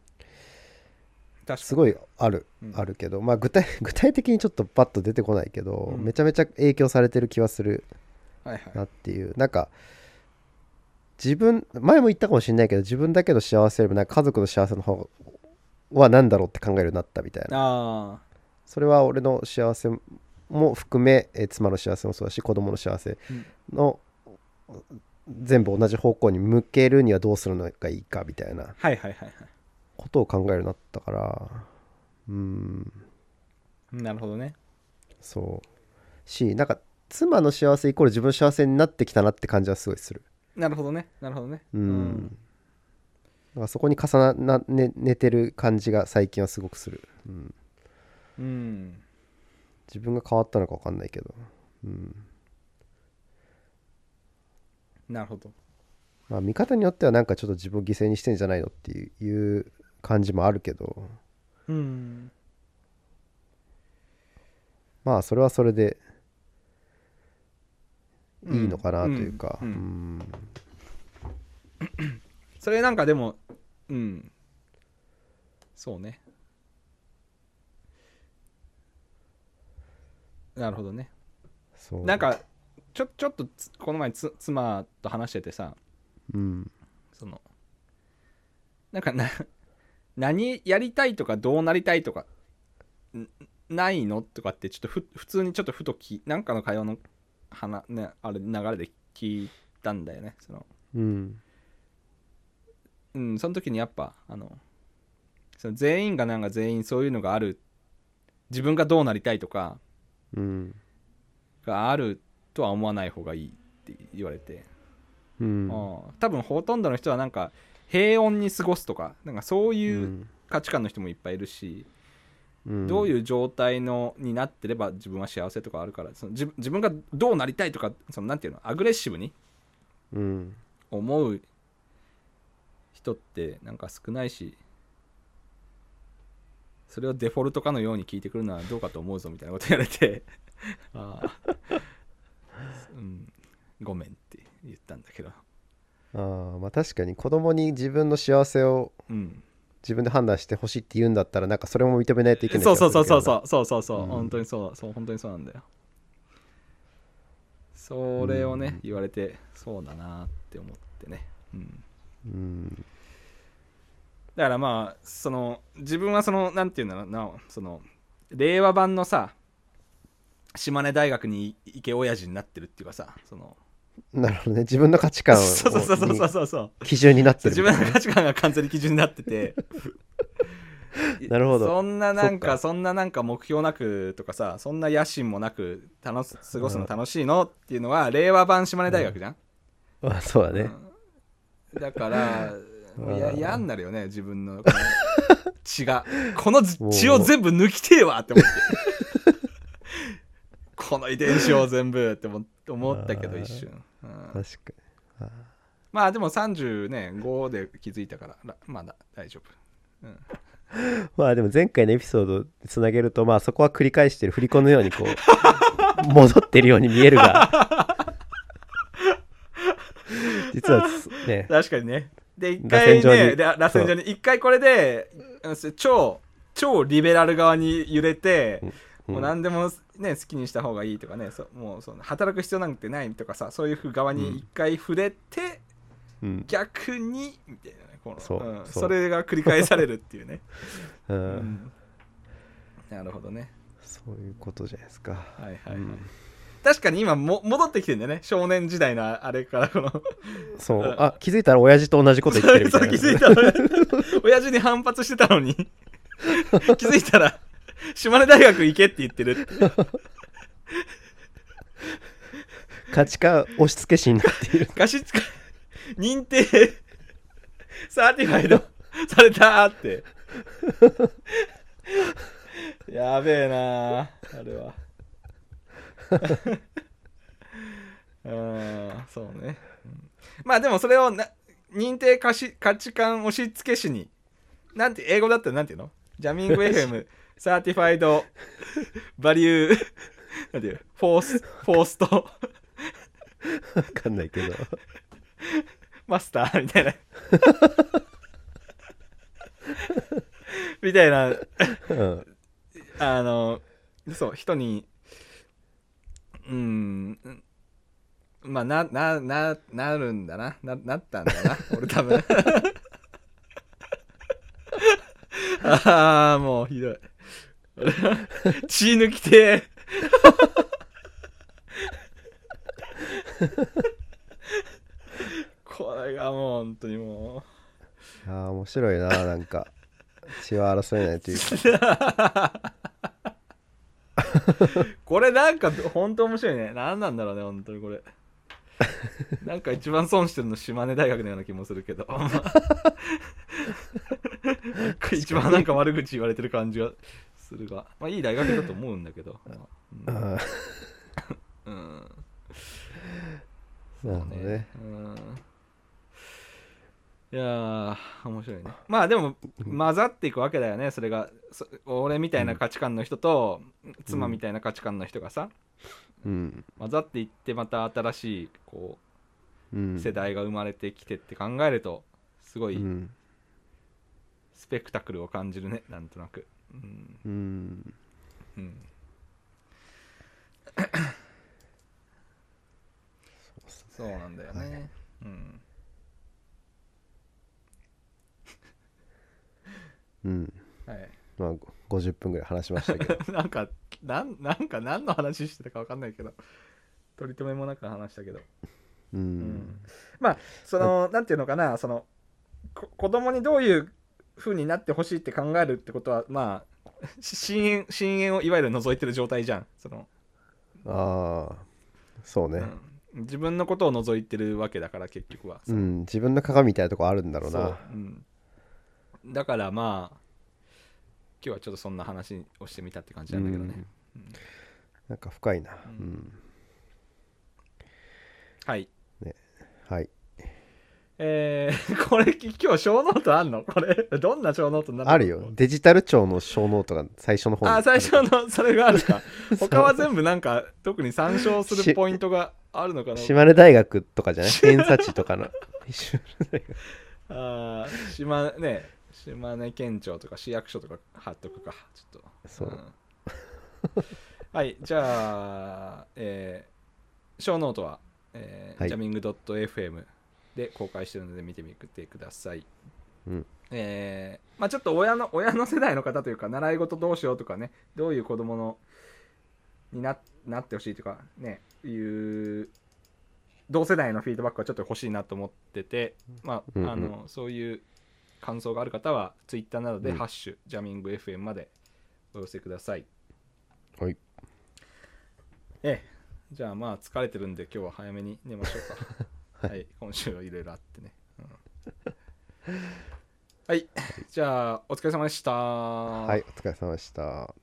A: 確かに
B: すごいある、
A: うん
B: あるけど、まあ、具体 具体的にちょっとパッと出てこないけど、
A: うん
B: めちゃめちゃ影響されてる気はする
A: はいはい
B: なっていうなんか自分前も言ったかもしれないけど自分だけの幸せよりもなんか家族の幸せの方は何だろうって考えるようになったみたいな
A: あ
B: それは俺の幸せも含めえー妻の幸せもそうだし子供の幸せの、全部同じ方向に向けるにはどうするのがいいかみたいな
A: あはいはいはいは
B: ことを考えるようになったからうん
A: いなるほどね
B: そうしなんか妻の幸せイコール自分の幸せになってきたなって感じはすごいする
A: なるほどねなるほどね
B: うん、なんかそこに重なな、ね、寝てる感じが最近はすごくする、うん、
A: うんうん
B: 自分が変わったのか分かんないけど、うん
A: なるほど
B: まあ、見方によってはなんかちょっと自分を犠牲にしてんじゃないのっていういう感じもあるけど
A: うん
B: まあそれはそれでいいのかなというか、
A: うんうん
B: うん
A: それなんかでもうんそうねなるほどね
B: そう
A: なんかちょちょっとつこの前つ妻と話しててさ
B: うん
A: そのなんかな 何やりたいとかどうなりたいとかんないのとかってちょっとふ普通にちょっとふときなんかの会話の話、ね、あれ流れで聞いたんだよねその
B: うん
A: うん、その時にやっぱあのその全員がなんか全員そういうのがある自分がどうなりたいとか
B: うん
A: があるとは思わない方がいいって言われて、
B: うん
A: うん多分ほとんどの人はなんか平穏に過ごすとかなんかそういう価値観の人もいっぱいいるし、
B: うん
A: どういう状態のになってれば自分は幸せとかあるからその自分自分がどうなりたいとかそのなんていうのアグレッシブに
B: うん
A: 思う人ってなんか少ないしそれをデフォルトかのように聞いてくるのはどうかと思うぞみたいなこと言われてああ、 うん、ごめんって言ったんだけど、
B: あーまあ確かに子供に自分の幸せを
A: うん、
B: 自分で判断してほしいって言うんだったらなんかそれも認めないといけない
A: そうそうそうそう
B: う
A: そうそうそうそう、
B: うん
A: 本当にそうだそう本当にそうなんだよそれをね、言われてそうだなって思ってね、うん、
B: うん
A: だからまあその自分はそのなんていうんだろうなその令和版のさ島根大学に行け親父になってるっていうかさその
B: なるほどね自分の価値観 を
A: そうそうそうそう
B: に
A: そうそう
B: 基準になってる
A: 自
B: み
A: 分
B: たいな
A: の価値観が完全に基準になって て
B: なるほど
A: そんななんか
B: そっ
A: そんななんか目標なくとかさそんな野心もなく楽す過ごすの楽しいのっていうのは令和版島根大学じゃん、
B: あそうだね
A: うんだからもうや
B: うん
A: 嫌になるよね自分のこ の血がこのず血を全部抜きてえわって思って この遺伝子を全部って思思ったけど一瞬、うん
B: 確かに
A: まあでも30ね5で気づいたかららまだ大丈夫
B: あーまあでも前回のエピソードでつなげるとまあそこは繰り返してる振り子のようにこう 戻ってるように見えるが 実はつね
A: 確かにねで一
B: 螺
A: 回
B: 旋状
A: ね
B: に
A: で螺旋状に一回これであの超超リベラル側に揺れて、
B: うん
A: もう何でも、ね、好きにした方がいいとかねそもうその働く必要なんてないとかさそういうふう側に一回触れて、
B: うん
A: 逆にみたいなねこの
B: そうんそう
A: それが繰り返されるっていう ね、
B: う
A: うんんなるほどね
B: そういうことじゃないですか
A: はいはいはい、
B: うん
A: 確かに今も戻ってきてんだよね少年時代のあれからこの
B: そううんあ気づいたら親父と同じこと言ってるみたいな
A: そう気づいたら親父に反発してたのに気づいた ら島根大学行けって言ってるって
B: 価値観押し付け師になっている
A: 貸し付け認定サーティファイドされたーってやべえなああれは うんそうねうんまあでもそれをな認定価し価値観押し付け師になんて英語だったらなんていうのジャミング FM サーティファイドバリューなんていうフォースフォースト
B: わかんないけど
A: マスターみたいなみたいな
B: うん
A: あのそう人にうんまあななななるんだなななったんだな俺多分 ああもうひどい俺は血抜きて えこれがもう本当にもう
B: あー面白いななんか血は争えないとい うか
A: これなんか本当面白いね何なんだろうね本当にこれなんか一番損してるの島根大学のような気もするけど一番なんか悪口言われてる感じがするがまあいい大学だと思うんだけど、まあ
B: あ
A: うんうん
B: ーなるほどね
A: うんいやー面白いねまあでも混ざっていくわけだよねそれがそ俺みたいな価値観の人と、妻みたいな価値観の人がさ、
B: うん
A: 混ざっていってまた新しいこ
B: う
A: うん世代が生まれてきてって考えるとすご
B: う
A: い
B: ん
A: スペクタクルを感じるねなんとなくうん
B: うん
A: うんそうなんだよね、
B: はい
A: うん
B: うん
A: はい
B: まあご50分ぐらい話しましたけど
A: なんかなんなんか何の話してたか分かんないけど取り留めもなく話したけど
B: う
A: うんんまあそのなんていうのかなそのこ子供にどういう風になってほしいって考えるってことはまあし深淵深淵をいわゆる覗いてる状態じゃんその、
B: ああそうね
A: うん自分のことを覗いてるわけだから結局は
B: うん、自分の鏡みたいなとこあるんだろう
A: そう
B: な
A: うん、だからまあ今日はちょっとそんな話をしてみたって感じなんだけどね、うん
B: なんか深いな、うん
A: はい
B: はい
A: えー、 これ今日小ノートあんのこれどんな小ノートになるの
B: あるよデジタル庁の小ノートが最初の方に
A: あ最初のそれがある か他は全部なんか特に参照するポイントがあるのかな
B: 島根大学とかじゃない偏差値と かの
A: あー島ね島根県庁とか市役所とか貼っとくかちょっと
B: そう、
A: ん はいじゃあえー、ショーノートは、えー
B: はい
A: ジャミング .fm で公開してるので見てみてください、
B: うん
A: えーまあちょっと親の親の世代の方というか習い事どうしようとかねどういう子供のにななってほしいというかねいう同世代のフィードバックはちょっと欲しいなと思ってて、まあ
B: うんうん
A: あのそういう感想がある方はツイッターなどで「
B: うん
A: ハッシュジャミング FM」までお寄せください
B: はい
A: ええじゃあまあ疲れてるんで今日は早めに寝ましょう かはい、今週はいろいろあってね、うんはいじゃあお疲れ様でした
B: はいお疲れ様でした